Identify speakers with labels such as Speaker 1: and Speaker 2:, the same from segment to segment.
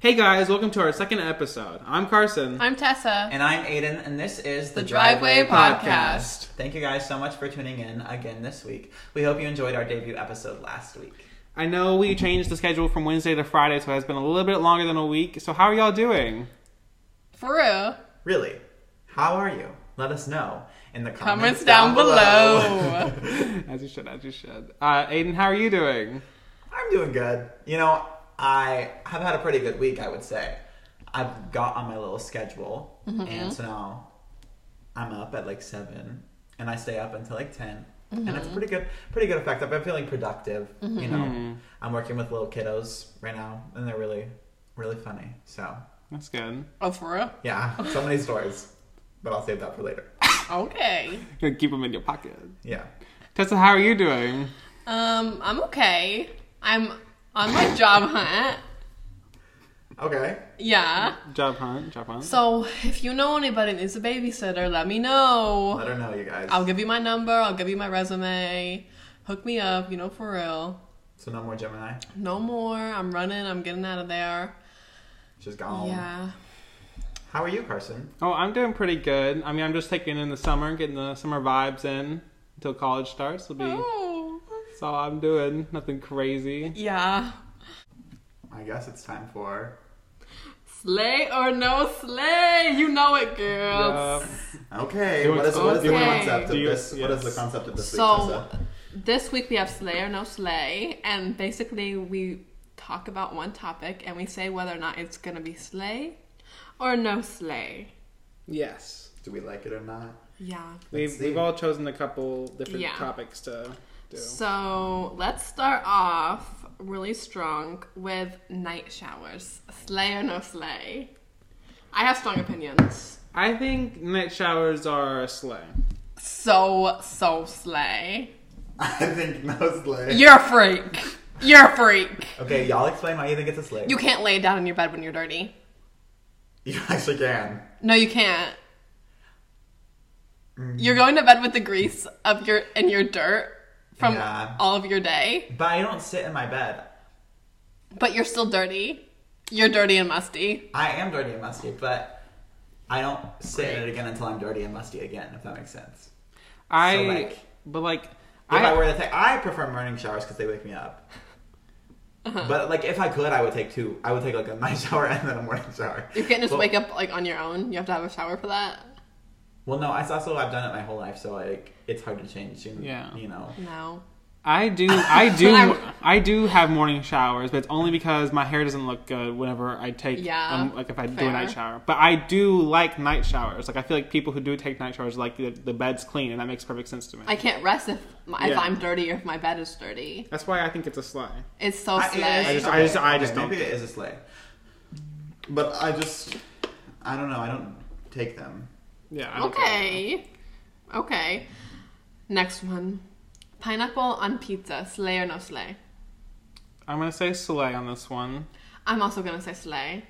Speaker 1: Hey guys, welcome to our second episode. I'm Carson.
Speaker 2: I'm Tessa.
Speaker 3: And I'm Aiden, and this is
Speaker 2: The Driveway Podcast.
Speaker 3: Thank you guys so much for tuning in again this week. We hope you enjoyed our debut episode last week.
Speaker 1: I know we changed the schedule from Wednesday to Friday, so it has been a little bit longer than a week. So how are y'all doing?
Speaker 2: For real.
Speaker 3: Really, how are you? Let us know in the
Speaker 2: Comments
Speaker 3: comments,
Speaker 2: down below.
Speaker 1: As you should, as you should. Uh, Aiden, how are you doing?
Speaker 3: I'm doing good. You know, I have had a pretty good week, I would say. I've got on my little schedule,
Speaker 2: Mm-hmm.
Speaker 3: and so now I'm up at like seven, and I stay up until like 10 and
Speaker 2: Mm-hmm.
Speaker 3: it's pretty good, pretty good effect. I've been feeling productive. You know, I'm working with little kiddos right now, and they're really, really funny. So
Speaker 1: That's good.
Speaker 2: Oh, for real?
Speaker 3: yeah, so many stories, but I'll save that for later.
Speaker 2: Okay.
Speaker 1: You keep them in your pocket.
Speaker 3: Yeah,
Speaker 1: Tessa, how are you doing?
Speaker 2: Um, I'm okay. I'm on my job hunt.
Speaker 3: okay.
Speaker 2: Yeah.
Speaker 1: Job hunt, job hunt.
Speaker 2: So if you know anybody that needs a babysitter, let me know.
Speaker 3: Let her know, you guys.
Speaker 2: I'll give you my number. I'll give you my resume. Hook me up. You know, for real.
Speaker 3: so no more Gemini.
Speaker 2: No more. I'm running. I'm getting out of there.
Speaker 3: She's gone.
Speaker 2: Yeah.
Speaker 3: How are you, Carson?
Speaker 1: Oh, I'm doing pretty good. I mean, I'm just taking in the summer, getting the summer vibes in until college starts. Will be
Speaker 2: Oh.
Speaker 1: that's all I'm doing. Nothing crazy.
Speaker 2: Yeah.
Speaker 3: I guess it's time for.
Speaker 2: Slay or no slay. You know it, girls.
Speaker 1: Yup.
Speaker 3: Okay,
Speaker 1: Do
Speaker 3: what
Speaker 1: it-
Speaker 3: is, what is the
Speaker 2: okay.
Speaker 3: concept of
Speaker 1: Do you-
Speaker 3: this? What is the
Speaker 1: yes.
Speaker 3: concept of this week?
Speaker 2: So
Speaker 3: Tessa?
Speaker 2: this week we have Slay or No Slay, and basically we talk about one topic and we say whether or not it's gonna be Slay or No Slay.
Speaker 1: Yes.
Speaker 3: do we like it or not?
Speaker 2: Yeah.
Speaker 1: We've,
Speaker 3: Let's see.
Speaker 1: we've all chosen a couple different
Speaker 2: Yeah.
Speaker 1: topics to do.
Speaker 2: So let's start off really strong with night showers. Slay or no slay? I have strong opinions.
Speaker 1: I think night showers are a slay.
Speaker 2: So so slay.
Speaker 3: I think no slay.
Speaker 2: You're a freak. You're a freak.
Speaker 3: okay, y'all explain why you think it's a slay.
Speaker 2: You can't lay down in your bed when you're dirty.
Speaker 3: You actually can.
Speaker 2: No, you can't. You're going to bed with the grease of your and your dirt from
Speaker 3: Yeah.
Speaker 2: all of your day,
Speaker 3: But I don't sit in my bed.
Speaker 2: but you're still dirty. You're dirty and musty.
Speaker 3: I am dirty and musty, but I don't sit in it again until I'm dirty and musty again, if that makes sense.
Speaker 1: I
Speaker 3: like-
Speaker 1: but like
Speaker 3: If I,
Speaker 1: I,
Speaker 3: were to take, I prefer morning showers because they wake me up. But like, if I could, I would take two. I would take like a night shower and then a morning shower.
Speaker 2: You can't just
Speaker 3: Well-
Speaker 2: wake up like on your own. You have to have a shower for that.
Speaker 3: Well, no, it's also I've done it my whole life, so like it's hard to change. You,
Speaker 1: Yeah.
Speaker 3: You know.
Speaker 2: No.
Speaker 1: I do I do
Speaker 2: I'm-
Speaker 1: I do have morning showers, but it's only because my hair doesn't look good whenever I take
Speaker 2: Yeah,
Speaker 1: um, like if I do a night
Speaker 2: fair.
Speaker 1: shower. But I do like night showers. Like I feel like people who do take night showers like the, the bed's clean, and that makes perfect sense to me.
Speaker 2: I can't rest if my, if
Speaker 1: Yeah.
Speaker 2: I'm dirty or if my bed is dirty.
Speaker 1: That's why I think it's a slay.
Speaker 2: It's so
Speaker 3: I- it is-
Speaker 1: I
Speaker 2: slay.
Speaker 1: just- I just- I
Speaker 3: okay,
Speaker 1: just don't-
Speaker 3: Maybe it is a sleigh. But I just, I don't know. I don't take them.
Speaker 1: Yeah. I don't care.
Speaker 2: Okay. Okay. Next one. Pineapple on pizza. Slay or no slay?
Speaker 1: I'm gonna say slay on this one.
Speaker 2: I'm also gonna say slay.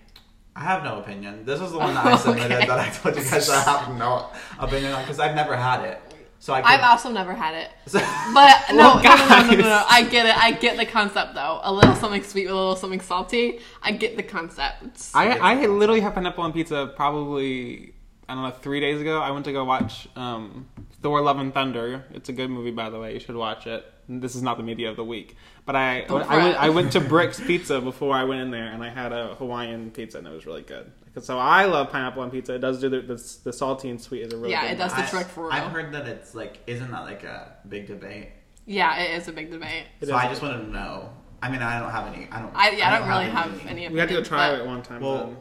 Speaker 3: I have no opinion. This is the one that I submitted
Speaker 2: Okay.
Speaker 3: that I told you guys I have no opinion on because I've never had it. So I.
Speaker 2: I've
Speaker 3: Could,
Speaker 2: also never had it.
Speaker 3: so,
Speaker 2: But no,
Speaker 1: Well, Oh,
Speaker 2: no, no, no, no, no, no.
Speaker 1: guys.
Speaker 2: I get it. I get the concept though. A little something sweet with a little something salty. I get the concept.
Speaker 1: I,
Speaker 3: Yes,
Speaker 1: I
Speaker 3: yes,
Speaker 1: had literally had pineapple on pizza probably I don't know three days ago. I went to go watch um, Thor: Love and Thunder. It's a good movie, by the way. You should watch it. This is not the media of the week, but I I,
Speaker 2: Don't
Speaker 1: went,
Speaker 2: fret.
Speaker 1: I went to Brick's Pizza before I went in there, and I had a Hawaiian pizza, and it was really good. So I love pineapple on pizza. It does do the the, the salty and sweet is a really
Speaker 2: Yeah,
Speaker 1: good
Speaker 2: it does.
Speaker 1: mix.
Speaker 2: That's the trick for real.
Speaker 3: I've heard that it's like, isn't that like a big debate?
Speaker 2: yeah, it is a big debate.
Speaker 1: It
Speaker 3: so
Speaker 1: is.
Speaker 3: I just wanted to know. I mean, I don't have any. I don't.
Speaker 2: I yeah, I, don't, really have any.
Speaker 1: We had to go
Speaker 2: opinions,
Speaker 1: try
Speaker 2: but
Speaker 1: it one time.
Speaker 3: Well-
Speaker 1: then.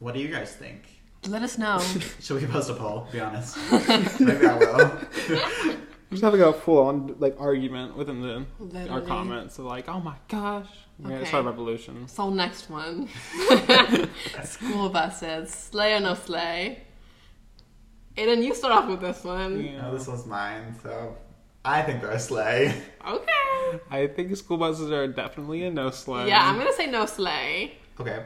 Speaker 3: What do you guys think?
Speaker 2: Let us know.
Speaker 3: Should we post a poll? Be honest. Maybe I will.
Speaker 1: I'm just having a full on like argument within the our
Speaker 2: Literally.
Speaker 1: comments of like, oh my gosh, yeah, it's
Speaker 2: Okay.
Speaker 1: our revolution.
Speaker 2: so next one, school buses. Slay or no slay? Aiden, you start off with this one.
Speaker 3: No, this one's mine. So I think they're a sleigh.
Speaker 2: Okay.
Speaker 1: I think school buses are definitely a no slay.
Speaker 2: Yeah, I'm gonna say no slay.
Speaker 3: Okay.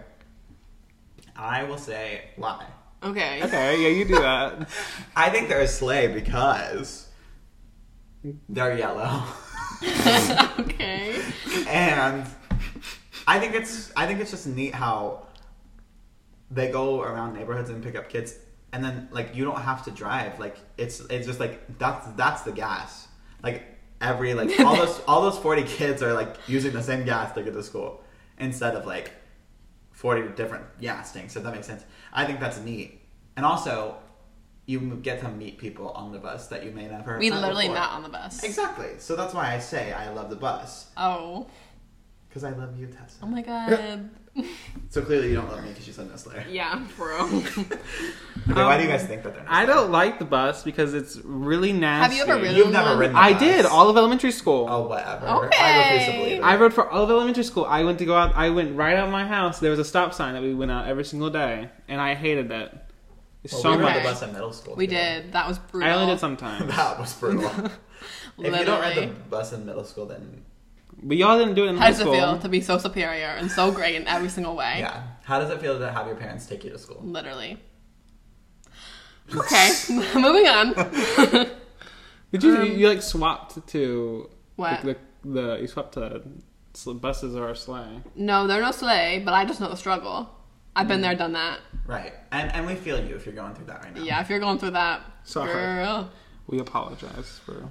Speaker 3: I will say why.
Speaker 2: Okay.
Speaker 1: Okay, yeah, you do that.
Speaker 3: I think they're a sleigh because they're yellow.
Speaker 2: okay.
Speaker 3: and I think it's I think it's just neat how they go around neighborhoods and pick up kids, and then like you don't have to drive. Like it's it's just like that's that's the gas. Like every like all those all those forty kids are like using the same gas to get to school instead of like forty different gas tanks. If that makes sense, I think that's neat. And also, you get to meet people on the bus that you may never. have
Speaker 2: We
Speaker 3: met
Speaker 2: literally
Speaker 3: before.
Speaker 2: not on the bus.
Speaker 3: Exactly. So that's why I say I love the bus
Speaker 2: Oh.
Speaker 3: because I love you, Tessa.
Speaker 2: Oh my god.
Speaker 3: So clearly you don't love me because you said Nestle. Okay,
Speaker 2: yeah, bro.
Speaker 3: why do you guys think that they're?
Speaker 1: Um, I
Speaker 3: Nestle?
Speaker 1: don't like the bus because it's really
Speaker 2: Have
Speaker 1: nasty.
Speaker 2: you ever ridden
Speaker 3: You've never
Speaker 2: one?
Speaker 3: ridden
Speaker 1: I
Speaker 3: Bus.
Speaker 1: did all of elementary school.
Speaker 3: Oh whatever. I refuse to
Speaker 2: Okay.
Speaker 3: believe it.
Speaker 1: I rode for all of elementary school. I went to go out. I went right out of my house. There was a stop sign that we went out every single day, and I hated that
Speaker 3: Well,
Speaker 1: so
Speaker 3: we rode
Speaker 1: much.
Speaker 3: the bus in middle school.
Speaker 2: We
Speaker 3: too.
Speaker 2: did. That was brutal.
Speaker 1: I only did sometimes,
Speaker 3: That was brutal. if you don't ride the
Speaker 2: Literally.
Speaker 3: bus in middle school, then
Speaker 1: but y'all didn't do it in
Speaker 2: How
Speaker 1: high
Speaker 2: does it
Speaker 1: school.
Speaker 2: feel to be so superior and so great in every single way?
Speaker 3: yeah. How does it feel to have your parents take you to school?
Speaker 2: Literally. Okay, moving on.
Speaker 1: Did you,
Speaker 2: Um,
Speaker 1: you? You like swapped to
Speaker 2: what?
Speaker 1: The, the, the you swapped to sl- buses or a sleigh.
Speaker 2: No, they're no sleigh, but I just know the struggle. I've
Speaker 3: Mm.
Speaker 2: been there, done that.
Speaker 3: Right. And and we feel you if you're going through that right now.
Speaker 2: Yeah, if you're going through that,
Speaker 1: Sorry.
Speaker 2: girl.
Speaker 1: We apologize for.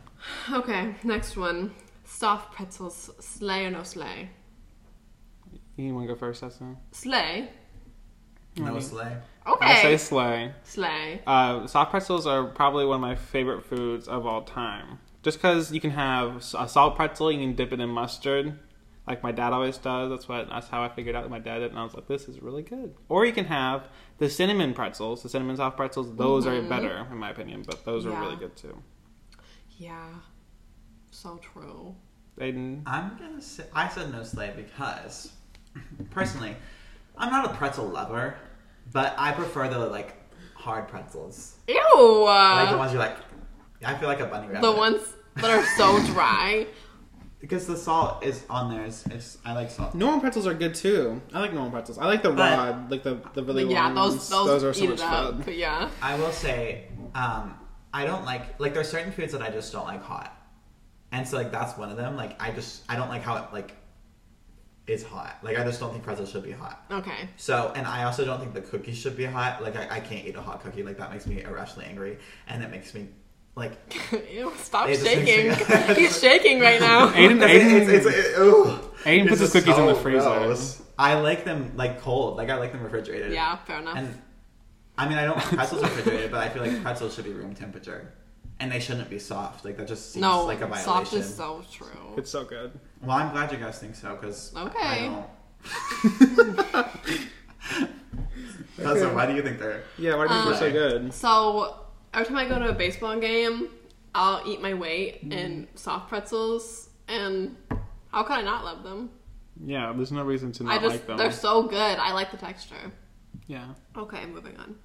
Speaker 2: Okay, next one. Soft pretzels, sleigh or no sleigh?
Speaker 1: You want to go first, Justin?
Speaker 2: Sleigh.
Speaker 3: No
Speaker 1: Mhm.
Speaker 3: sleigh.
Speaker 1: I say
Speaker 2: Okay.
Speaker 1: sleigh.
Speaker 2: Sleigh.
Speaker 1: Uh, soft pretzels are probably one of my favorite foods of all time. Just because you can have s- a salt pretzel, you can dip it in mustard, like my dad always does. That's what that's how I figured out my dad did, and I was like, this is really good. Or you can have the cinnamon pretzels, the cinnamon soft pretzels. Those are better in my opinion, but those are
Speaker 2: Mm-hmm. Yeah.
Speaker 1: really good too.
Speaker 2: Yeah. So true.
Speaker 1: Aiden,
Speaker 3: I'm gonna say I said no sleigh because personally, I'm not a pretzel lover, but I prefer the like hard pretzels,
Speaker 2: Ew.
Speaker 3: like the ones you like. I feel like a bunny rabbit.
Speaker 2: Uh-huh. the ones that are so dry.
Speaker 3: because the salt is on there. It's, it's I like salt.
Speaker 1: normal pretzels are good too. I like normal pretzels. I like the
Speaker 3: But-
Speaker 1: rod, like the the really
Speaker 2: But yeah, those those, eat it up.
Speaker 1: fun.
Speaker 2: But yeah.
Speaker 3: I will say, um, I don't like like there's certain foods that I just don't like hot, and so like that's one of them. Like I just I don't like how it like is hot. Like I just don't think pretzels should be hot.
Speaker 2: Okay.
Speaker 3: So and I also don't think the cookies should be hot. Like I, I can't eat a hot cookie. Like that makes me irrationally angry, and it makes me like
Speaker 2: Ew, stop
Speaker 3: It just
Speaker 2: shaking.
Speaker 3: makes me-
Speaker 2: He's shaking right now.
Speaker 1: Aiden,
Speaker 3: Because it-
Speaker 1: Aiden,
Speaker 3: it's, it's, it- ugh.
Speaker 1: Aiden
Speaker 3: It's
Speaker 1: puts his
Speaker 3: just
Speaker 1: cookies in the
Speaker 3: so
Speaker 1: freezer.
Speaker 3: gross. I like them like cold. Like I like them refrigerated.
Speaker 2: Yeah, fair enough.
Speaker 3: And I mean, I don't want pretzels refrigerated, but I feel like pretzels should be room temperature, and they shouldn't be soft. Like that just seems
Speaker 2: no,
Speaker 3: like a violation.
Speaker 2: soft is so true.
Speaker 1: it's so good.
Speaker 3: Well, I'm glad you guys think so because I
Speaker 2: Okay.
Speaker 3: don't. That's why do you think they're?
Speaker 1: Yeah, why do
Speaker 2: Uh,
Speaker 1: you think they're so
Speaker 3: Um,
Speaker 1: good?
Speaker 2: So every time I go to a baseball game, I'll eat my weight in
Speaker 1: Mm-hmm.
Speaker 2: soft pretzels, and how could I not love them?
Speaker 1: Yeah, there's no reason to not
Speaker 2: I just
Speaker 1: like them.
Speaker 2: they're so good. I like the texture.
Speaker 1: Yeah.
Speaker 2: Okay, moving on.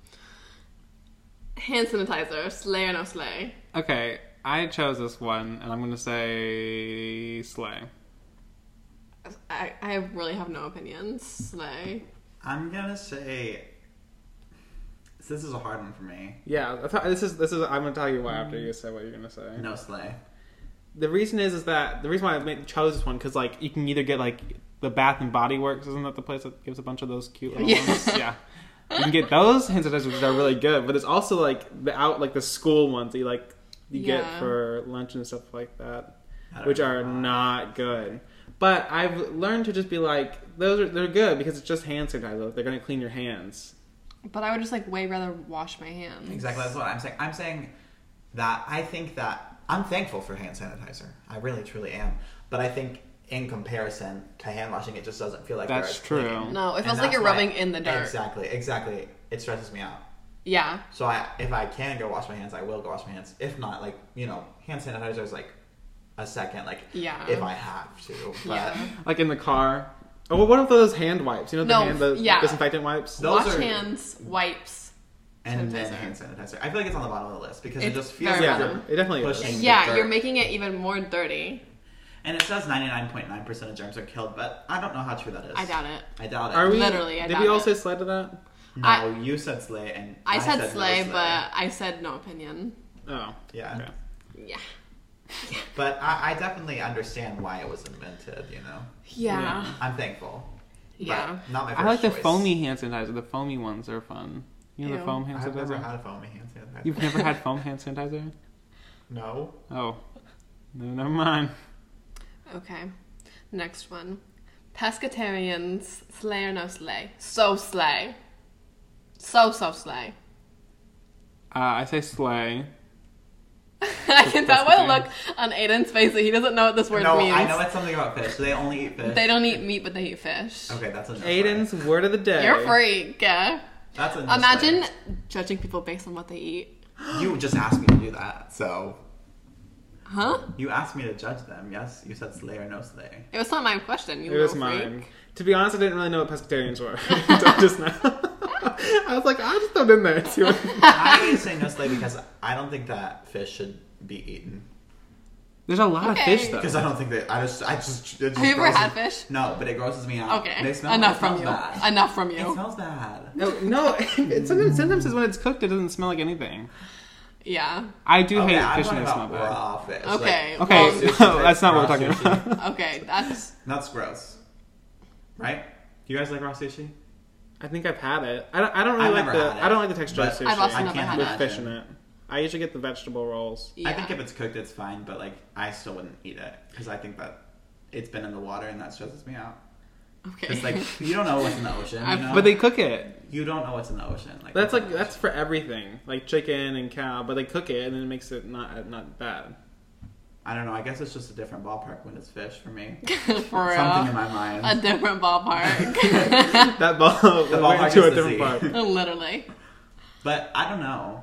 Speaker 2: Hand sanitizer, slay or no slay?
Speaker 1: Okay, I chose this one, and I'm gonna say Slay.
Speaker 2: I, I really have no opinions. Slay.
Speaker 3: I'm gonna say. So This is a hard one for me.
Speaker 1: Yeah, I thought- this is this is. I'm gonna tell you why after you say what you're gonna say.
Speaker 3: No sleigh.
Speaker 1: The reason is is that the reason why I made, chose this one because like you can either get like the Bath and Body Works, isn't that the place that gives a bunch of those cute little
Speaker 2: Yeah.
Speaker 1: ones? Yeah. You can get those hand sanitizers, which are really good, but it's also like the out like the school ones that you like you
Speaker 2: Yeah.
Speaker 1: get for lunch and stuff like that.
Speaker 3: I don't
Speaker 1: which
Speaker 3: know.
Speaker 1: are not good. But I've learned to just be like, those are they're good because it's just hand sanitizer. They're gonna clean your hands.
Speaker 2: But I would just like way rather wash my hands.
Speaker 3: Exactly. That's what I'm saying. I'm saying that I think that I'm thankful for hand sanitizer. I really, truly am. But I think in comparison to hand washing, it just doesn't feel like they're
Speaker 1: That's
Speaker 3: as clean.
Speaker 1: true.
Speaker 2: No, it
Speaker 3: And
Speaker 2: feels like
Speaker 3: that's
Speaker 2: you're
Speaker 3: why-
Speaker 2: rubbing in the dirt.
Speaker 3: Exactly. Exactly. It stresses me out.
Speaker 2: Yeah.
Speaker 3: So I, if I can go wash my hands, I will go wash my hands. If not, like you know, hand sanitizer is like a second. Like
Speaker 2: Yeah.
Speaker 3: if I have to. But
Speaker 2: Yeah.
Speaker 1: Like in the car. Oh, well, what if those hand wipes? You know the,
Speaker 2: No,
Speaker 1: hand, the
Speaker 2: yeah.
Speaker 1: disinfectant wipes.
Speaker 3: No. Those
Speaker 2: wash
Speaker 3: are-
Speaker 2: hands, wipes.
Speaker 3: And then
Speaker 2: Sanitizer.
Speaker 3: hand sanitizer. I feel like it's on the bottom of the list because
Speaker 2: It's
Speaker 3: it just feels
Speaker 2: very
Speaker 3: like
Speaker 1: Yeah,
Speaker 3: you're
Speaker 2: bottom.
Speaker 1: it definitely is.
Speaker 3: pushing. the
Speaker 2: Yeah, you're
Speaker 3: dirt.
Speaker 2: making it even more dirty.
Speaker 3: And it says 99.9% of germs are killed, but I don't know how true that is.
Speaker 2: I doubt it.
Speaker 3: I doubt it.
Speaker 1: Are we?
Speaker 2: Literally, I
Speaker 1: did
Speaker 2: doubt
Speaker 1: we all
Speaker 2: it.
Speaker 1: say slide to that?
Speaker 3: No,
Speaker 2: I-
Speaker 3: you said sleigh, and
Speaker 2: I, said,
Speaker 3: no
Speaker 2: slay, but I said no opinion.
Speaker 1: Oh,
Speaker 3: yeah.
Speaker 1: okay.
Speaker 2: Yeah.
Speaker 3: But I, I definitely understand why it was invented. You know,
Speaker 2: Yeah.
Speaker 3: I'm thankful.
Speaker 2: Yeah. Yeah.
Speaker 3: But not my first
Speaker 1: I like the
Speaker 3: choice.
Speaker 1: foamy hand sanitizer. The foamy ones are fun. You know the
Speaker 2: Ew.
Speaker 1: foam hand
Speaker 3: I've never
Speaker 1: sanitizer?
Speaker 3: had a foamy hand sanitizer.
Speaker 1: You've never had foam hand sanitizer?
Speaker 3: No.
Speaker 1: Oh. No, never mind.
Speaker 2: Okay. Next one. Pescatarians, slay or no slay? So slay. So, so slay.
Speaker 1: Uh, I say slay.
Speaker 2: I can tell by the look on Aiden's face that he doesn't know what this word
Speaker 3: no,
Speaker 2: means.
Speaker 3: I know it's something about fish. They only eat fish.
Speaker 2: They don't eat meat, but they eat fish.
Speaker 3: Okay, that's a no slay.
Speaker 1: word of the day.
Speaker 2: You're a freak. Yeah.
Speaker 3: That's a no
Speaker 2: Imagine judging people based on what they eat.
Speaker 3: slay. You just asked me to do that, so
Speaker 2: Huh?
Speaker 3: you asked me to judge them. Yes, you said slay or no slay.
Speaker 2: It was not my question. You
Speaker 1: It was
Speaker 2: little freak.
Speaker 1: mine. To be honest, I didn't really know what pescatarians were until just now. I was like, I'll just throw it in there. and see what-
Speaker 3: I say no slay because I don't think that fish should be eaten.
Speaker 1: There's a lot
Speaker 2: Okay.
Speaker 1: of fish though.
Speaker 3: Because I don't think that I just I just. It just
Speaker 2: Have you ever
Speaker 3: grosses-
Speaker 2: had fish?
Speaker 3: No, but it grosses me out.
Speaker 2: Okay.
Speaker 3: They smell.
Speaker 2: Enough
Speaker 3: it
Speaker 2: from
Speaker 3: smells
Speaker 2: you.
Speaker 3: Bad.
Speaker 2: Enough from
Speaker 3: It
Speaker 2: you.
Speaker 3: smells bad.
Speaker 1: No, no it, sometimes, sometimes it's when it's cooked, it doesn't smell like anything.
Speaker 2: Yeah.
Speaker 1: I do
Speaker 3: Okay,
Speaker 1: hate
Speaker 3: I'm
Speaker 1: fish
Speaker 3: talking
Speaker 1: when they smell
Speaker 3: about
Speaker 1: bad.
Speaker 3: raw fish.
Speaker 2: Okay.
Speaker 3: Like,
Speaker 1: Okay,
Speaker 2: Well,
Speaker 3: sushi,
Speaker 1: no, that's not what
Speaker 3: raw
Speaker 1: we're talking
Speaker 3: sushi.
Speaker 1: about.
Speaker 2: okay. That's
Speaker 3: That's gross. Right? Do you guys like raw sushi?
Speaker 1: I think I've had it. I don't, I don't
Speaker 3: I've
Speaker 1: really like
Speaker 3: never
Speaker 1: the
Speaker 3: had it,
Speaker 1: I don't like the texture of
Speaker 3: but
Speaker 1: sushi
Speaker 2: I've also never
Speaker 1: with
Speaker 2: had it.
Speaker 1: fish in it. I usually get the vegetable rolls.
Speaker 2: yeah.
Speaker 3: I think if it's cooked, it's fine, but like I still wouldn't eat it because I think that it's been in the water and that stresses me out.
Speaker 2: okay.
Speaker 3: It's like you don't know what's in the ocean. You,
Speaker 2: I've-
Speaker 3: know?
Speaker 1: But they cook it.
Speaker 3: you don't know what's in the ocean. Like
Speaker 1: That's
Speaker 3: what's
Speaker 1: like
Speaker 3: in the
Speaker 1: that's for everything, like chicken and cow. But they cook it and then it makes it not not bad.
Speaker 3: ocean. I don't know. I guess it's just a different ballpark when it's fish for me.
Speaker 2: for
Speaker 3: Something in
Speaker 2: real. Uh,
Speaker 3: my mind.
Speaker 2: A different ballpark.
Speaker 1: That ball
Speaker 3: The
Speaker 1: went
Speaker 3: ballpark
Speaker 1: to a
Speaker 3: is the
Speaker 1: different
Speaker 3: sea.
Speaker 1: part.
Speaker 2: Literally.
Speaker 3: But I don't know.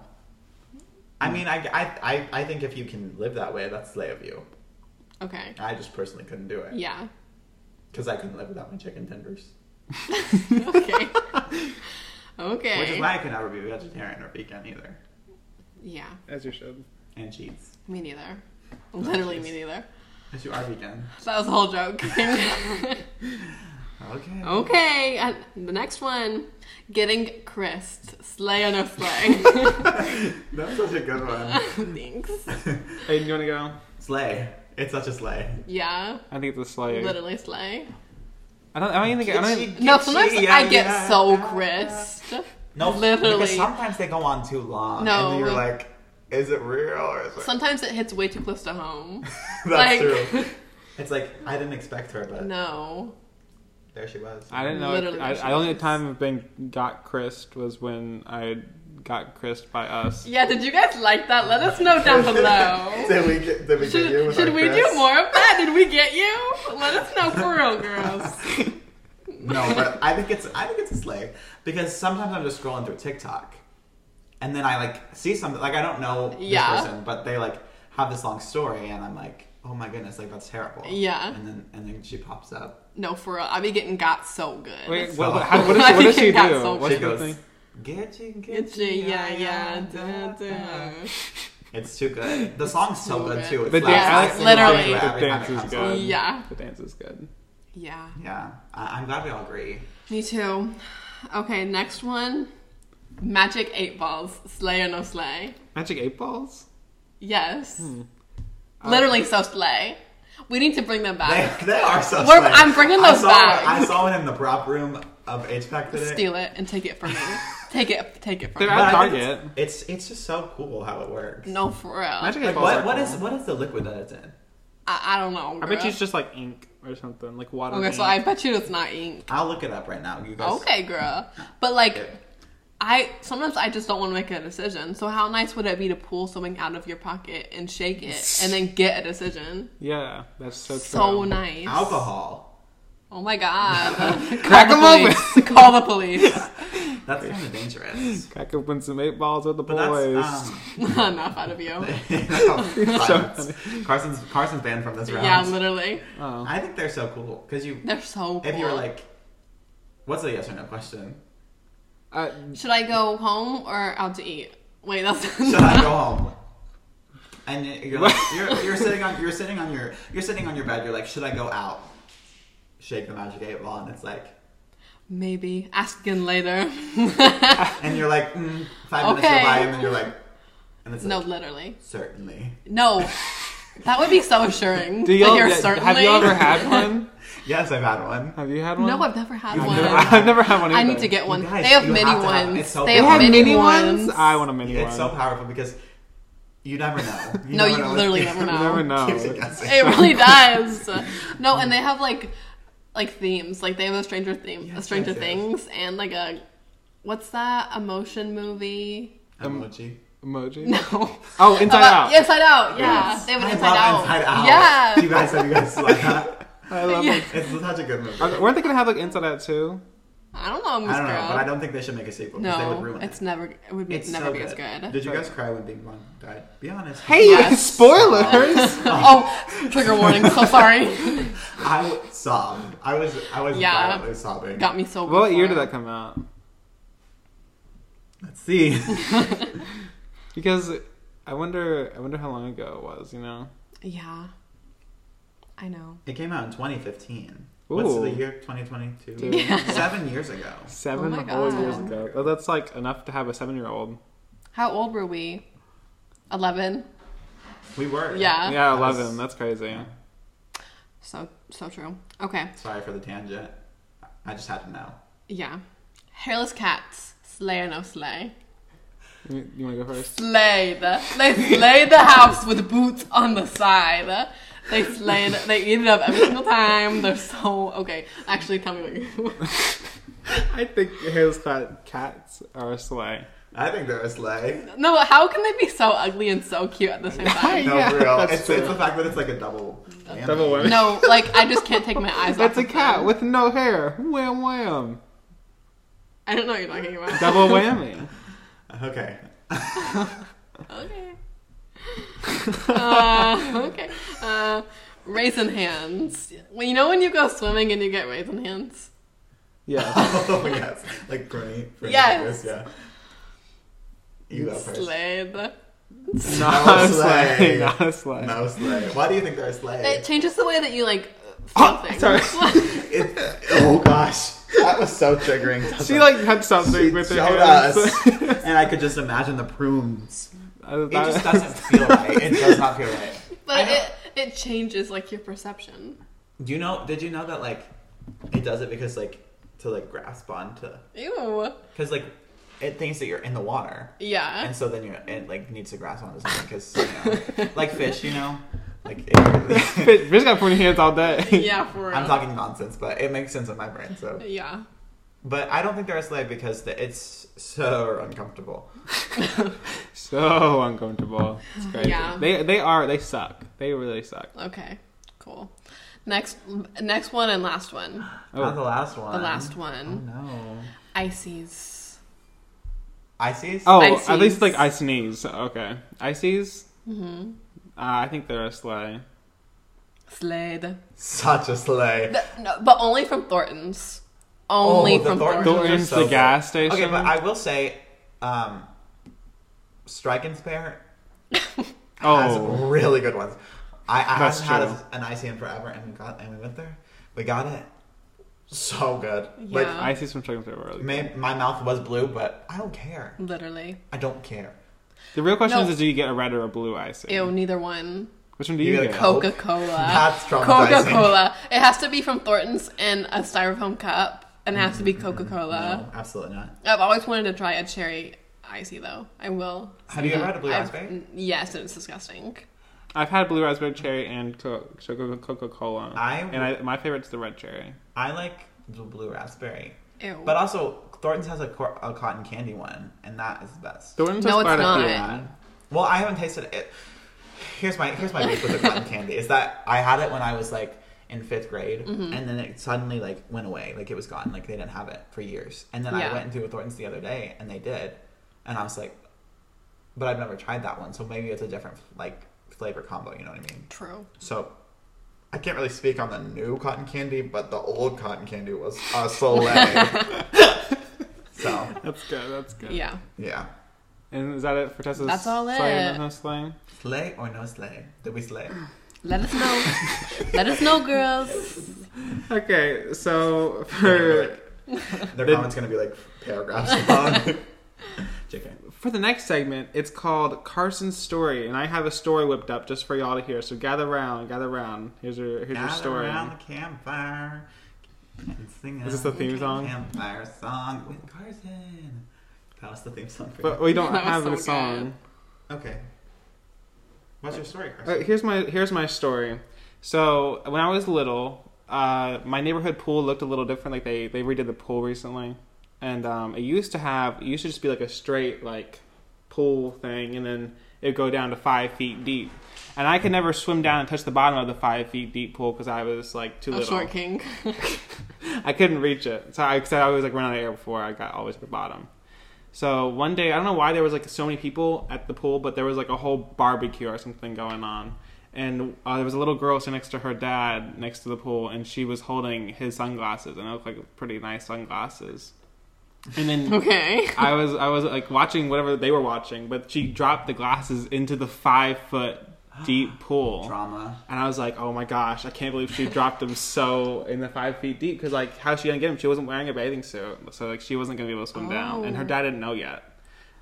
Speaker 3: I mean, I, I, I, I think if you can live that way, that's slay of you.
Speaker 2: Okay.
Speaker 3: I just personally couldn't do it
Speaker 2: Yeah.
Speaker 3: because I couldn't live without my chicken tenders,
Speaker 2: Okay.
Speaker 3: which is
Speaker 2: okay.
Speaker 3: why I could never be vegetarian or vegan either,
Speaker 2: Yeah.
Speaker 1: As you should.
Speaker 3: and cheese.
Speaker 2: Me neither. Literally me
Speaker 3: jeez.
Speaker 2: neither.
Speaker 3: Yes, you are vegan.
Speaker 2: That was a whole joke.
Speaker 3: Okay.
Speaker 2: Oh. okay. And the next one, getting Christ, slay or no slay.
Speaker 3: That's such a good one.
Speaker 2: Thanks.
Speaker 1: Hey, you want to go?
Speaker 3: slay. It's such a slay.
Speaker 2: Yeah.
Speaker 1: I think it's a slay.
Speaker 2: Literally slay.
Speaker 1: I don't. I don't even think. I don't. Even,
Speaker 2: No, sometimes
Speaker 3: Kitschy,
Speaker 2: I
Speaker 3: yeah,
Speaker 2: get
Speaker 3: yeah,
Speaker 2: so
Speaker 3: yeah.
Speaker 2: grist.
Speaker 3: No,
Speaker 2: Literally.
Speaker 3: Because sometimes they go on too long,
Speaker 2: No.
Speaker 3: and you're like, is it real or is it?
Speaker 2: Sometimes it hits way too close to home. like-
Speaker 3: That's true. It's like I didn't expect her, but
Speaker 2: No.
Speaker 3: there she was.
Speaker 1: I didn't know.
Speaker 2: Literally
Speaker 1: If, I,
Speaker 2: she
Speaker 1: I only
Speaker 2: is.
Speaker 1: time I've been got Christ was when I got Christ by us.
Speaker 2: Yeah, did you guys like that? Let us know down below.
Speaker 3: did we get? Did we get you?
Speaker 2: Should,
Speaker 3: with
Speaker 2: should
Speaker 3: our
Speaker 2: we do
Speaker 3: Chris?
Speaker 2: more of that? Did we get you? Let us know for real, girls.
Speaker 3: No, but I think it's I think it's a slay because sometimes I'm just scrolling through TikTok, and then I like see something like I don't know this
Speaker 2: Yeah.
Speaker 3: person, but they like have this long story, and I'm like, oh my goodness, like that's terrible.
Speaker 2: Yeah.
Speaker 3: And then and then she pops up.
Speaker 2: No, for real. I be getting got so good.
Speaker 1: Wait,
Speaker 3: So-
Speaker 1: what, what, how, what, does, what does she
Speaker 2: Got
Speaker 1: do?
Speaker 2: so
Speaker 1: What's
Speaker 3: she
Speaker 1: the
Speaker 3: goes,
Speaker 1: thing?
Speaker 3: get you, get
Speaker 2: It's
Speaker 3: you,
Speaker 2: a yeah, yeah,
Speaker 3: da,
Speaker 2: da, da.
Speaker 3: da." It's too good. The song's so
Speaker 2: so
Speaker 3: good
Speaker 2: good.
Speaker 3: too. It's
Speaker 1: The
Speaker 3: like-
Speaker 1: dance,
Speaker 2: Yes,
Speaker 1: I like
Speaker 2: literally.
Speaker 1: The
Speaker 3: Every time
Speaker 1: dance
Speaker 3: it
Speaker 1: is
Speaker 3: comes
Speaker 1: good.
Speaker 3: on.
Speaker 2: Yeah.
Speaker 1: The dance is good.
Speaker 2: Yeah.
Speaker 3: Yeah, I- I'm glad we all agree.
Speaker 2: Me too. Okay, next one. Magic eight balls, slay or no slay.
Speaker 1: Magic eight balls.
Speaker 2: Yes.
Speaker 1: Hmm.
Speaker 2: Literally so slay. We need to bling them
Speaker 3: They,
Speaker 2: back.
Speaker 3: they are so.
Speaker 2: We're-
Speaker 3: slay.
Speaker 2: I'm bringing
Speaker 3: I
Speaker 2: those
Speaker 3: saw
Speaker 2: back.
Speaker 3: One, I saw one in the prop room of HVAC today.
Speaker 2: Steal it and take it from me. take it take it from
Speaker 1: They're
Speaker 2: me.
Speaker 1: out-
Speaker 3: But I think
Speaker 1: Target.
Speaker 3: It's, it's it's just so cool how it works.
Speaker 2: No for real.
Speaker 1: Magic
Speaker 3: Like
Speaker 1: eight balls.
Speaker 3: what
Speaker 1: are
Speaker 3: what is
Speaker 1: cool.
Speaker 3: what is the liquid that it's in?
Speaker 2: I, I don't know.
Speaker 1: I bet you it's just like ink or something, like water.
Speaker 2: Okay,
Speaker 1: ink.
Speaker 2: so I bet you it's not ink.
Speaker 3: I'll look it up right now. You guys.
Speaker 2: Okay, girl. But like
Speaker 3: Okay.
Speaker 2: I sometimes I just don't want to make a decision. So how nice would it be to pull something out of your pocket and shake it and then get a decision?
Speaker 1: Yeah, that's so true.
Speaker 2: So nice.
Speaker 3: Alcohol.
Speaker 2: Oh my god.
Speaker 1: Crack
Speaker 2: Call
Speaker 1: 'em
Speaker 2: the
Speaker 1: open.
Speaker 2: police. Call the police.
Speaker 3: That's kind of dangerous.
Speaker 1: Crack open some eight balls with the
Speaker 3: But
Speaker 1: boys.
Speaker 3: that's um,
Speaker 2: Enough out of you.
Speaker 3: violence. Carson's Carson's banned from this round.
Speaker 2: Yeah, literally.
Speaker 1: oh.
Speaker 3: I think they're so cool because you
Speaker 2: They're so cool.
Speaker 3: if you're like, what's a yes or no question?
Speaker 1: Uh,
Speaker 2: should I go home or out to eat? Wait, that's
Speaker 3: Should I go home? And you're like, you're, you're sitting on you're sitting on your you're sitting on your bed. You're like, should I go out? Shake the magic eight ball, and it's like,
Speaker 2: maybe ask again later.
Speaker 3: and you're like, mm, five minutes
Speaker 2: Okay.
Speaker 3: go by, and then you're like, and it's like,
Speaker 2: no, literally,
Speaker 3: certainly.
Speaker 2: no. That would be so assuring.
Speaker 1: do
Speaker 2: that
Speaker 1: y'all
Speaker 2: you're
Speaker 1: have
Speaker 2: certainly-
Speaker 1: you ever had one?
Speaker 3: Yes, I've had one.
Speaker 1: Have you had one?
Speaker 2: No, I've never had
Speaker 1: I've
Speaker 2: one.
Speaker 1: never, I've never had one.
Speaker 2: I
Speaker 1: either.
Speaker 2: need to get one.
Speaker 3: guys,
Speaker 2: they have
Speaker 3: you
Speaker 2: mini
Speaker 3: have to have-
Speaker 2: ones.
Speaker 3: it's so
Speaker 2: they
Speaker 1: They have
Speaker 2: have mini,
Speaker 1: mini,
Speaker 2: ones.
Speaker 1: ones? I want a mini
Speaker 3: It's
Speaker 1: one.
Speaker 3: so powerful because you never know.
Speaker 2: No,
Speaker 3: never
Speaker 2: you
Speaker 3: know.
Speaker 2: literally never know.
Speaker 1: You never know.
Speaker 3: Keeps it guessing.
Speaker 2: It really does. No, and they have like like themes. Like they have a Stranger theme, a
Speaker 3: Yes,
Speaker 2: Stranger
Speaker 3: yes, yes.
Speaker 2: Things, and like a what's that? A motion movie?
Speaker 3: Emoji.
Speaker 1: Emoji.
Speaker 2: No.
Speaker 1: Oh, Inside
Speaker 2: About-
Speaker 1: Out.
Speaker 2: Inside Out. Yeah,
Speaker 3: Yes.
Speaker 2: they have an
Speaker 3: I
Speaker 2: Inside
Speaker 3: love
Speaker 2: Out.
Speaker 3: Inside Out.
Speaker 2: Yeah.
Speaker 3: You guys, have you guys like that?
Speaker 1: I love
Speaker 2: Yeah.
Speaker 1: it.
Speaker 3: It's such a good movie.
Speaker 1: Are- Weren't they gonna have like Inside Out too?
Speaker 2: I don't know, Miss
Speaker 3: I don't know,
Speaker 2: Girl.
Speaker 3: but I don't think they should make a sequel because they would
Speaker 2: no,
Speaker 3: ruin
Speaker 2: it's
Speaker 3: it.
Speaker 2: never. It would be,
Speaker 3: It's
Speaker 2: never
Speaker 3: so
Speaker 2: be
Speaker 3: good.
Speaker 2: as good.
Speaker 3: Did you guys cry when Big Bang died? Be honest.
Speaker 1: Hey,
Speaker 2: Yes.
Speaker 1: spoilers!
Speaker 2: oh, trigger warning. So sorry.
Speaker 3: I sobbed. I was I was
Speaker 2: Yeah.
Speaker 3: violently sobbing.
Speaker 2: Got me so.
Speaker 1: what year
Speaker 2: before.
Speaker 1: did that come out?
Speaker 3: Let's see.
Speaker 1: Because I wonder, I wonder how long ago it was. You know,
Speaker 2: Yeah. I know.
Speaker 3: it came out in 2015. What's
Speaker 1: Ooh.
Speaker 3: the year? 2022.
Speaker 1: Dude.
Speaker 2: Yeah.
Speaker 3: Seven years ago.
Speaker 1: seven
Speaker 2: Oh my
Speaker 1: whole years
Speaker 2: God.
Speaker 1: ago. Oh, that's like enough to have a seven-year-old.
Speaker 2: How old were we? Eleven.
Speaker 3: We were.
Speaker 2: Yeah.
Speaker 1: Yeah,
Speaker 3: That was-
Speaker 1: eleven. That's crazy.
Speaker 2: So so true. Okay.
Speaker 3: Sorry for the tangent. I just had to know.
Speaker 2: Yeah. Hairless cats. Slay or no slay.
Speaker 1: You, you want to go first?
Speaker 2: Slayed. They slayed the house with boots on the side. They slayed. They eat it up every single time. They're so okay. Actually, tell me what you.
Speaker 1: I think hairless cat, cats are a sleigh.
Speaker 3: I think they're a sleigh.
Speaker 2: No, how can they be so ugly and so cute at the same time?
Speaker 3: No,
Speaker 1: Yeah,
Speaker 3: for real.
Speaker 1: that's
Speaker 3: It's, it's
Speaker 1: true.
Speaker 3: the fact that it's like a double. whammy.
Speaker 1: Double whammy.
Speaker 2: No, like I just can't take my eyes off.
Speaker 1: That's a
Speaker 2: of
Speaker 1: cat
Speaker 2: them.
Speaker 1: with no hair. Wham wham.
Speaker 2: I don't know what you're talking about.
Speaker 1: Double whammy.
Speaker 3: Okay.
Speaker 2: Okay. Uh, okay. Uh, raisin hands. Well, you know when you go swimming and you get raisin hands?
Speaker 1: Yeah.
Speaker 3: Oh yes, like Bernie. Bernie
Speaker 2: Yes.
Speaker 3: Sanders, Yeah. You go first.
Speaker 2: Slade.
Speaker 1: Not a
Speaker 3: No
Speaker 1: sleigh.
Speaker 3: sleigh.
Speaker 1: Not a sleigh.
Speaker 3: No sleigh. Why do you think they're a
Speaker 2: It
Speaker 3: sleigh?
Speaker 2: changes the way that you like feel
Speaker 3: Ah,
Speaker 1: Oh,
Speaker 2: things.
Speaker 1: sorry.
Speaker 3: It, oh gosh, that was so triggering.
Speaker 1: She like had something
Speaker 3: She
Speaker 1: with her
Speaker 3: showed
Speaker 1: hands.
Speaker 3: us. and I could just imagine the prunes.
Speaker 1: I thought-
Speaker 3: It just doesn't feel right. It does not feel right. I
Speaker 2: But
Speaker 3: know.
Speaker 2: it it changes like your perception.
Speaker 3: Do you know? Did you know that like it does it because like to like grasp onto
Speaker 2: Ew.
Speaker 3: because like it thinks that you're in the water.
Speaker 2: Yeah.
Speaker 3: And so then you it like needs to grasp onto something because you know, like fish, you know, like it,
Speaker 1: Bitch bitch got pointy hands all day.
Speaker 2: Yeah, for real.
Speaker 3: I'm talking nonsense, but it makes sense in my brain. So,
Speaker 2: Yeah.
Speaker 3: but I don't think they're a slave because the, it's so uncomfortable.
Speaker 1: So uncomfortable. It's crazy.
Speaker 2: Yeah.
Speaker 1: They they are they suck. They really suck.
Speaker 2: Okay. Cool. Next next one and last one.
Speaker 3: Not the
Speaker 1: Oh,
Speaker 3: last one.
Speaker 2: The last
Speaker 3: Oh
Speaker 2: one.
Speaker 3: no.
Speaker 2: Ices.
Speaker 3: Ices.
Speaker 1: oh
Speaker 2: Ices.
Speaker 1: at least like I sneeze. Okay, Ices. Mm-hmm. Uh, I think they're a sleigh.
Speaker 2: Slade.
Speaker 3: such a slave.
Speaker 2: The, no, but only from Thornton's. Only
Speaker 3: Oh, the
Speaker 2: from
Speaker 3: Thorntons
Speaker 2: Thornton's.
Speaker 3: are
Speaker 1: Thornton's,
Speaker 3: so
Speaker 1: the gas
Speaker 3: good. Okay,
Speaker 1: station.
Speaker 3: but I will say, um, Strike and Spare has
Speaker 1: oh,
Speaker 3: really good ones. I, I
Speaker 1: That's
Speaker 3: haven't had
Speaker 1: true.
Speaker 3: a, an icy in forever, and we got and we went there. We got it. So good.
Speaker 2: Yeah.
Speaker 3: Like
Speaker 1: Ices from Dragon Fair were really.
Speaker 3: my, my mouth was blue, but I don't care.
Speaker 2: Literally.
Speaker 3: I don't care.
Speaker 1: The real question
Speaker 2: No.
Speaker 1: is, do you get a red or a blue icing?
Speaker 2: Ew, neither one.
Speaker 1: Which one do
Speaker 3: You
Speaker 1: you,
Speaker 3: get a
Speaker 1: get?
Speaker 3: Coke?
Speaker 2: Coca Cola.
Speaker 3: That's traumatizing.
Speaker 2: Coca Cola. It has to be from Thornton's in a styrofoam cup, and it has to be Coca Cola.
Speaker 3: Mm, No, absolutely not.
Speaker 2: I've always wanted to try a cherry icy though. I will.
Speaker 3: Have you ever had a blue
Speaker 2: I've-
Speaker 3: raspberry?
Speaker 2: Yes, and it's disgusting.
Speaker 1: I've had blue raspberry cherry and Coca Cola.
Speaker 3: I-
Speaker 1: and I, my favorite's the red cherry.
Speaker 3: I like the blue raspberry,
Speaker 2: Ew.
Speaker 3: but also Thornton's has a, cor- a cotton candy one, and that is the best.
Speaker 1: Thornton's has
Speaker 2: No, it's
Speaker 1: quite a few.
Speaker 2: not.
Speaker 3: Well, I haven't tasted it. Here's my here's my beef with the cotton candy is that I had it when I was like in fifth grade, and then it suddenly like went away, like it was gone, like they didn't have it for years. And then
Speaker 2: Yeah.
Speaker 3: I went into a Thornton's the other day, and they did, and I was like, but I've never tried that one, so maybe it's a different like flavor combo. You know what I mean?
Speaker 2: True.
Speaker 3: So. I can't really speak on the new cotton candy, but the old cotton candy was a soleil. so,
Speaker 1: That's good. That's good.
Speaker 2: Yeah.
Speaker 3: yeah.
Speaker 1: And is that it for Tessa's?
Speaker 2: That's all
Speaker 1: sleigh and
Speaker 2: it.
Speaker 1: no slang?
Speaker 3: Slay or no slay? Did we slay?
Speaker 2: Let us know. Let us know, girls.
Speaker 1: Okay, so for
Speaker 3: Their
Speaker 1: They-
Speaker 3: comment's gonna be like paragraphs long. JK.
Speaker 1: For the next segment, it's called Carson's Story, and I have a story whipped up just for y'all to hear. So gather round, gather round. Here's your here's your
Speaker 3: Gather
Speaker 1: story.
Speaker 3: around the campfire and sing
Speaker 1: Is this the
Speaker 3: out
Speaker 1: theme song?
Speaker 3: Campfire song with Carson. That was the theme song for
Speaker 1: But
Speaker 3: you.
Speaker 1: we don't
Speaker 2: That was
Speaker 1: have
Speaker 2: so
Speaker 1: a song.
Speaker 3: Okay. What's your story,
Speaker 1: Uh,
Speaker 3: Carson?
Speaker 1: here's my here's my story. So when I was little, uh, my neighborhood pool looked a little different. Like they they redid the pool recently, and um, it used to have it used to just be like a straight like pool thing, and then it'd go down to five feet deep. And I could never swim down and touch the bottom of the five feet deep pool because I was like too
Speaker 2: A
Speaker 1: little.
Speaker 2: short king.
Speaker 1: I couldn't reach it. So I, cause I always like run out of air before I got always at the bottom. So one day, I don't know why there was like so many people at the pool, but there was like a whole barbecue or something going on. And uh, there was a little girl sitting next to her dad next to the pool, and she was holding his sunglasses, and it looked like pretty nice sunglasses. And then
Speaker 2: okay.
Speaker 1: I was I was like watching whatever they were watching, but she dropped the glasses into the five foot deep pool.
Speaker 3: Drama.
Speaker 1: And I was like, oh my gosh, I can't believe she dropped them so in the five feet deep. Because, like, how's she going to get them? She wasn't wearing a bathing suit. So, like, she wasn't going to be able to swim down. And her
Speaker 2: Oh.
Speaker 1: dad didn't know yet.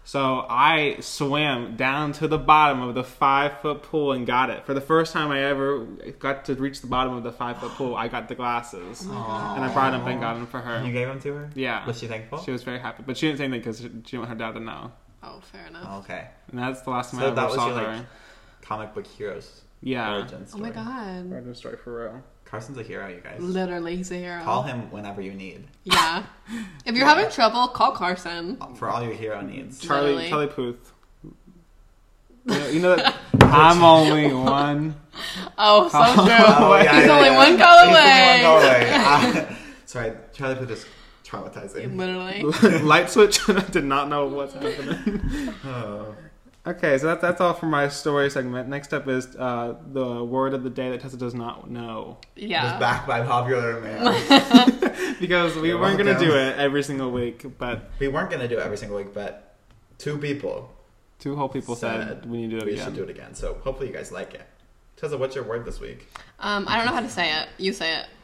Speaker 1: So I swam down to the bottom of the five foot pool and got it. For the first time I ever got to reach the bottom of the five foot pool, I got the glasses. And I brought them and got them for
Speaker 3: You
Speaker 1: her.
Speaker 3: gave them to her?
Speaker 1: Yeah.
Speaker 3: Was she thankful?
Speaker 1: She was very happy. But she didn't say anything because she didn't want her dad to know.
Speaker 2: Oh, fair enough.
Speaker 3: Okay.
Speaker 1: And that's the last time
Speaker 3: So
Speaker 1: I ever
Speaker 3: that was
Speaker 1: saw
Speaker 3: your, like,
Speaker 1: her.
Speaker 3: Comic book heroes.
Speaker 1: yeah.
Speaker 3: Origin
Speaker 2: Oh
Speaker 3: story.
Speaker 2: my god.
Speaker 1: Origin story for real.
Speaker 3: Carson's a hero, you guys.
Speaker 2: Literally zero.
Speaker 3: Call him whenever you need.
Speaker 2: Yeah. If you're
Speaker 3: Yeah.
Speaker 2: having trouble, call Carson.
Speaker 3: For all your hero needs.
Speaker 1: Charlie
Speaker 2: Literally.
Speaker 1: Charlie Puth. You know, you know that I'm only one.
Speaker 2: Oh, so
Speaker 1: Oh,
Speaker 2: true.
Speaker 1: yeah,
Speaker 2: He's
Speaker 1: yeah,
Speaker 2: only
Speaker 3: yeah.
Speaker 2: one call
Speaker 3: He's
Speaker 2: away.
Speaker 3: only one call away. Ah, sorry, Charlie Puth is traumatizing.
Speaker 2: Literally.
Speaker 1: Light switch. I did not know what's happening.
Speaker 3: Oh.
Speaker 1: Okay, so that, that's all for my story segment. Next up is uh, the word of the day that Tessa does not know
Speaker 3: It was
Speaker 2: Yeah.
Speaker 3: back by popular demand.
Speaker 1: because we
Speaker 3: You're
Speaker 1: weren't gonna do
Speaker 3: welcome.
Speaker 1: it every single week, but
Speaker 3: we weren't gonna do it every single week, but two people
Speaker 1: two whole people said, we need to do it
Speaker 3: we
Speaker 1: again.
Speaker 3: should do it again. So hopefully you guys like it. Tessa, what's your word this week?
Speaker 2: Um, I don't know how to say it. You say it.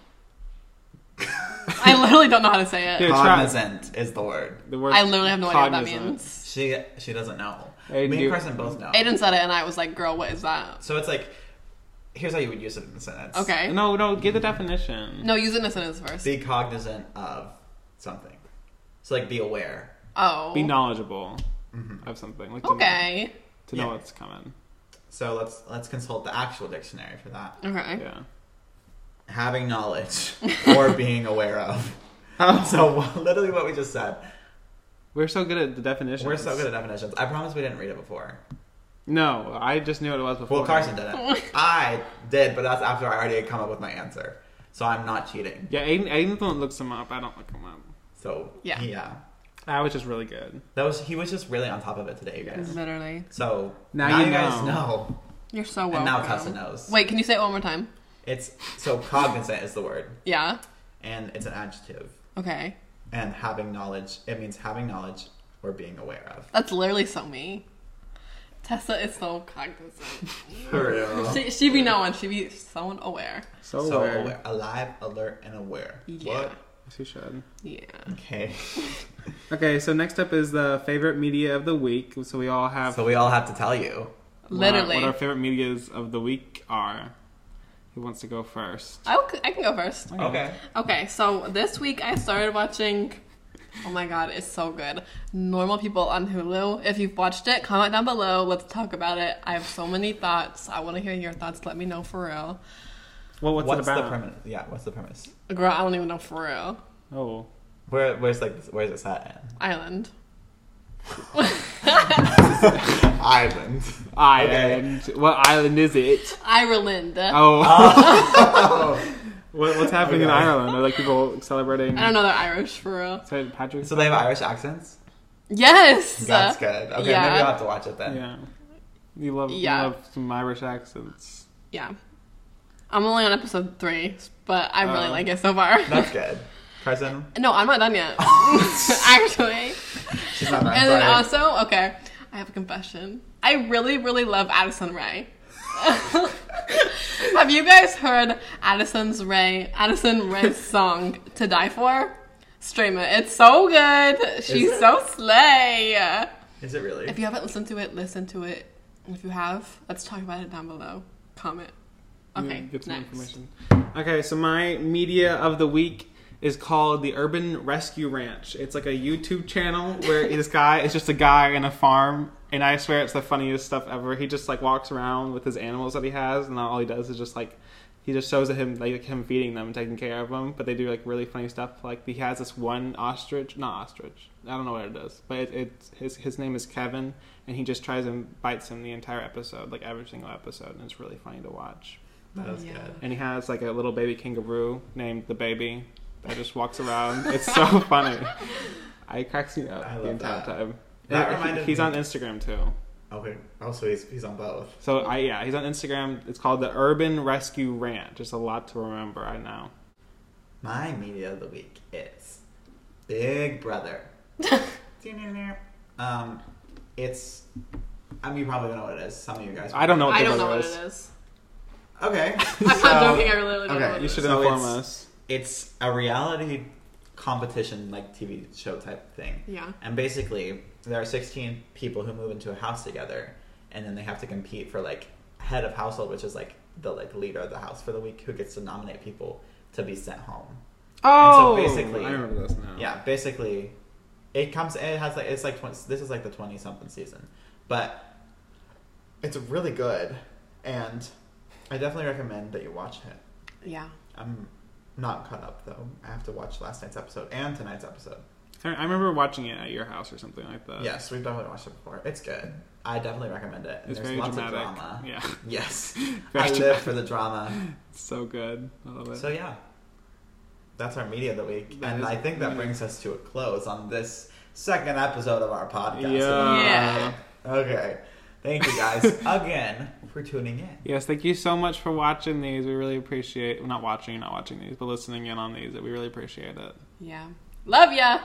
Speaker 2: I literally don't know how to say it.
Speaker 1: Dude, try-
Speaker 3: Cognizant is the word.
Speaker 1: The word
Speaker 2: I literally have no idea what that
Speaker 1: cognizant.
Speaker 2: means.
Speaker 3: She she doesn't know.
Speaker 1: Hey,
Speaker 3: Me
Speaker 1: dude.
Speaker 3: and Carson both know.
Speaker 2: Aiden said it, and I was like, "Girl, what is that?"
Speaker 3: So it's like, here's how you would use it in a sentence.
Speaker 2: Okay. No,
Speaker 1: No, no, give the definition.
Speaker 2: use it in a sentence first.
Speaker 3: Be cognizant of something. So like be aware.
Speaker 2: oh.
Speaker 1: Be knowledgeable of something. Like to know-
Speaker 2: Okay.
Speaker 1: to know
Speaker 3: Yeah.
Speaker 1: what's coming.
Speaker 3: So let's let's consult the actual dictionary for that.
Speaker 2: Okay.
Speaker 1: Yeah.
Speaker 3: Having knowledge or being aware of.
Speaker 1: Oh,
Speaker 3: So literally what we just said.
Speaker 1: we're so good at the definitions.
Speaker 3: We're so good at definitions. I promise we didn't read it before.
Speaker 1: No, I just knew what it was before.
Speaker 3: Well, Carson did it. I did, but that's after I already had come up with my answer. So I'm not cheating.
Speaker 1: Yeah, Aiden, Aiden's the one that looks them up. I don't look them up.
Speaker 3: So
Speaker 2: Yeah.
Speaker 3: yeah,
Speaker 1: I was just really good.
Speaker 3: that was he was just really on top of it today, you guys.
Speaker 2: Literally.
Speaker 3: So
Speaker 1: Now
Speaker 3: now,
Speaker 1: you
Speaker 3: you guys
Speaker 1: know.
Speaker 3: know,
Speaker 2: You're so welcome.
Speaker 3: and now Tessa knows.
Speaker 2: Wait, can you say it one more time?
Speaker 3: It's so cognizant is the word,
Speaker 2: Yeah.
Speaker 3: and it's an adjective.
Speaker 2: Okay.
Speaker 3: And having knowledge, it means having knowledge or being aware of.
Speaker 2: That's literally so me. Tessa is so cognizant.
Speaker 3: For real.
Speaker 2: She, she be knowing. She be so aware.
Speaker 1: So,
Speaker 3: So
Speaker 1: aware.
Speaker 3: aware, alive, alert, and aware.
Speaker 2: Oh, Yeah.
Speaker 3: What?
Speaker 1: Yes, you should.
Speaker 2: Yeah.
Speaker 3: Okay.
Speaker 1: Okay, so next up is the favorite media of the week. So we all have
Speaker 3: So we all have to tell you.
Speaker 1: what our-
Speaker 2: Literally.
Speaker 1: what our favorite medias of the week are. Who wants to go first?
Speaker 2: I, will- I can go first. Okay, so this week I started watching. Oh my god, it's so good. Normal People on Hulu. If you've watched it, comment down below. Let's talk about it. I have so many thoughts. I want to hear your thoughts. Let me know for real.
Speaker 1: Well, what's,
Speaker 3: What's,
Speaker 1: it
Speaker 3: the
Speaker 1: about?
Speaker 3: premise? Yeah. What's the premise?
Speaker 2: Girl, I don't even know for real.
Speaker 1: oh,
Speaker 3: Where, where's like where's it set
Speaker 2: Island.
Speaker 3: in? Island.
Speaker 1: island. What island is it?
Speaker 2: Ireland.
Speaker 1: Oh,
Speaker 3: Oh.
Speaker 1: what, what's happening in
Speaker 3: Okay.
Speaker 1: Ireland? Are like people celebrating
Speaker 2: I don't know, they're Irish for real.
Speaker 1: St. Patrick's?
Speaker 3: So they have Irish accents.
Speaker 2: Yes!
Speaker 3: That's good. Okay,
Speaker 2: yeah.
Speaker 3: maybe I'll have to watch it then.
Speaker 1: yeah, you love
Speaker 2: Yeah.
Speaker 1: you love some Irish accents.
Speaker 2: Yeah. I'm only on episode three, but I really
Speaker 1: Uh,
Speaker 2: like it so far.
Speaker 3: Oh. That's good. Carson,
Speaker 2: no, I'm not done yet. Actually.
Speaker 3: she's not right.
Speaker 2: And then
Speaker 3: sorry.
Speaker 2: also, okay, I have a confession. I really, really love Addison Ray. have you guys heard Addison's Ray, Addison Ray's song "To Die For"? Stream it. It's so good. She's
Speaker 3: it?
Speaker 2: so slay.
Speaker 3: Is it really?
Speaker 2: If you haven't listened to it, listen to it. And If you have, let's talk about it down below. Comment. Okay,
Speaker 1: Mm, Get some
Speaker 2: next.
Speaker 1: information. Okay, so my media of the week is called the Urban Rescue Ranch. It's like a YouTube channel where this guy is just a guy in a farm, and I swear it's the funniest stuff ever. He just like walks around with his animals that he has, and all he does is just like he just shows him like him feeding them and taking care of them. But they do like really funny stuff. Like he has this one ostrich, not ostrich. I don't know what it is, but it, it's his his name is Kevin, and he just tries and bites him the entire episode, like every single episode, and it's really funny to watch.
Speaker 3: That was
Speaker 2: Yeah.
Speaker 3: good.
Speaker 1: And he has like a little baby kangaroo named the baby that just walks around. It's so funny. I cracks me up
Speaker 3: I
Speaker 1: the
Speaker 3: love
Speaker 1: entire
Speaker 3: that.
Speaker 1: time.
Speaker 3: That
Speaker 1: And he-
Speaker 3: reminded
Speaker 1: he's
Speaker 3: me-
Speaker 1: on Instagram too.
Speaker 3: Okay. Oh, Also, he's he's on both.
Speaker 1: So I yeah, he's on Instagram. It's called the Urban Rescue Ranch. Just a lot to remember right now.
Speaker 3: My media of the week is Big Brother. um, it's. I mean, you probably don't know what it is. Some of you guys.
Speaker 1: I don't know what
Speaker 2: I
Speaker 1: the
Speaker 2: don't know
Speaker 1: brother
Speaker 2: what
Speaker 1: is.
Speaker 2: it is.
Speaker 3: Okay.
Speaker 2: I'm
Speaker 3: so-
Speaker 2: not joking. I really don't
Speaker 3: okay,
Speaker 2: know what
Speaker 1: You
Speaker 2: it
Speaker 1: should
Speaker 2: is.
Speaker 3: So
Speaker 1: inform
Speaker 3: it's-
Speaker 1: us.
Speaker 3: It's a reality competition, like TV show type thing.
Speaker 2: Yeah.
Speaker 3: And basically, there are 16 people who move into a house together, and then they have to compete for like head of household, which is like the like leader of the house for the week, who gets to nominate people to be sent home.
Speaker 1: Oh,
Speaker 3: basically-
Speaker 1: I remember this now.
Speaker 3: Yeah, basically, it comes. It has like it's like 20, this is like the 20 something season, but it's really good, and I definitely recommend that you watch it.
Speaker 2: Yeah.
Speaker 3: I'm not caught up though. I have to watch last night's episode and tonight's episode.
Speaker 1: I I remember watching it at your house or something like that.
Speaker 3: yes, we've definitely watched it before. It's good. I definitely recommend it. And
Speaker 1: it's
Speaker 3: There's
Speaker 1: very
Speaker 3: lots
Speaker 1: dramatic.
Speaker 3: of drama.
Speaker 1: Yeah,
Speaker 3: Yes,
Speaker 1: Very
Speaker 3: I live
Speaker 1: dramatic.
Speaker 3: for the drama.
Speaker 1: it's so good. I love it.
Speaker 3: So yeah, that's our media of the week,
Speaker 1: That
Speaker 3: and
Speaker 1: is
Speaker 3: I think that
Speaker 1: media.
Speaker 3: brings us to a close on this second episode of our podcast.
Speaker 2: Yeah.
Speaker 3: Okay. Thank you guys again for tuning in.
Speaker 1: Yes, thank you so much for watching these. We really appreciate well, not watching, not watching these, but listening in on these. We really appreciate it.
Speaker 2: Yeah. Love ya.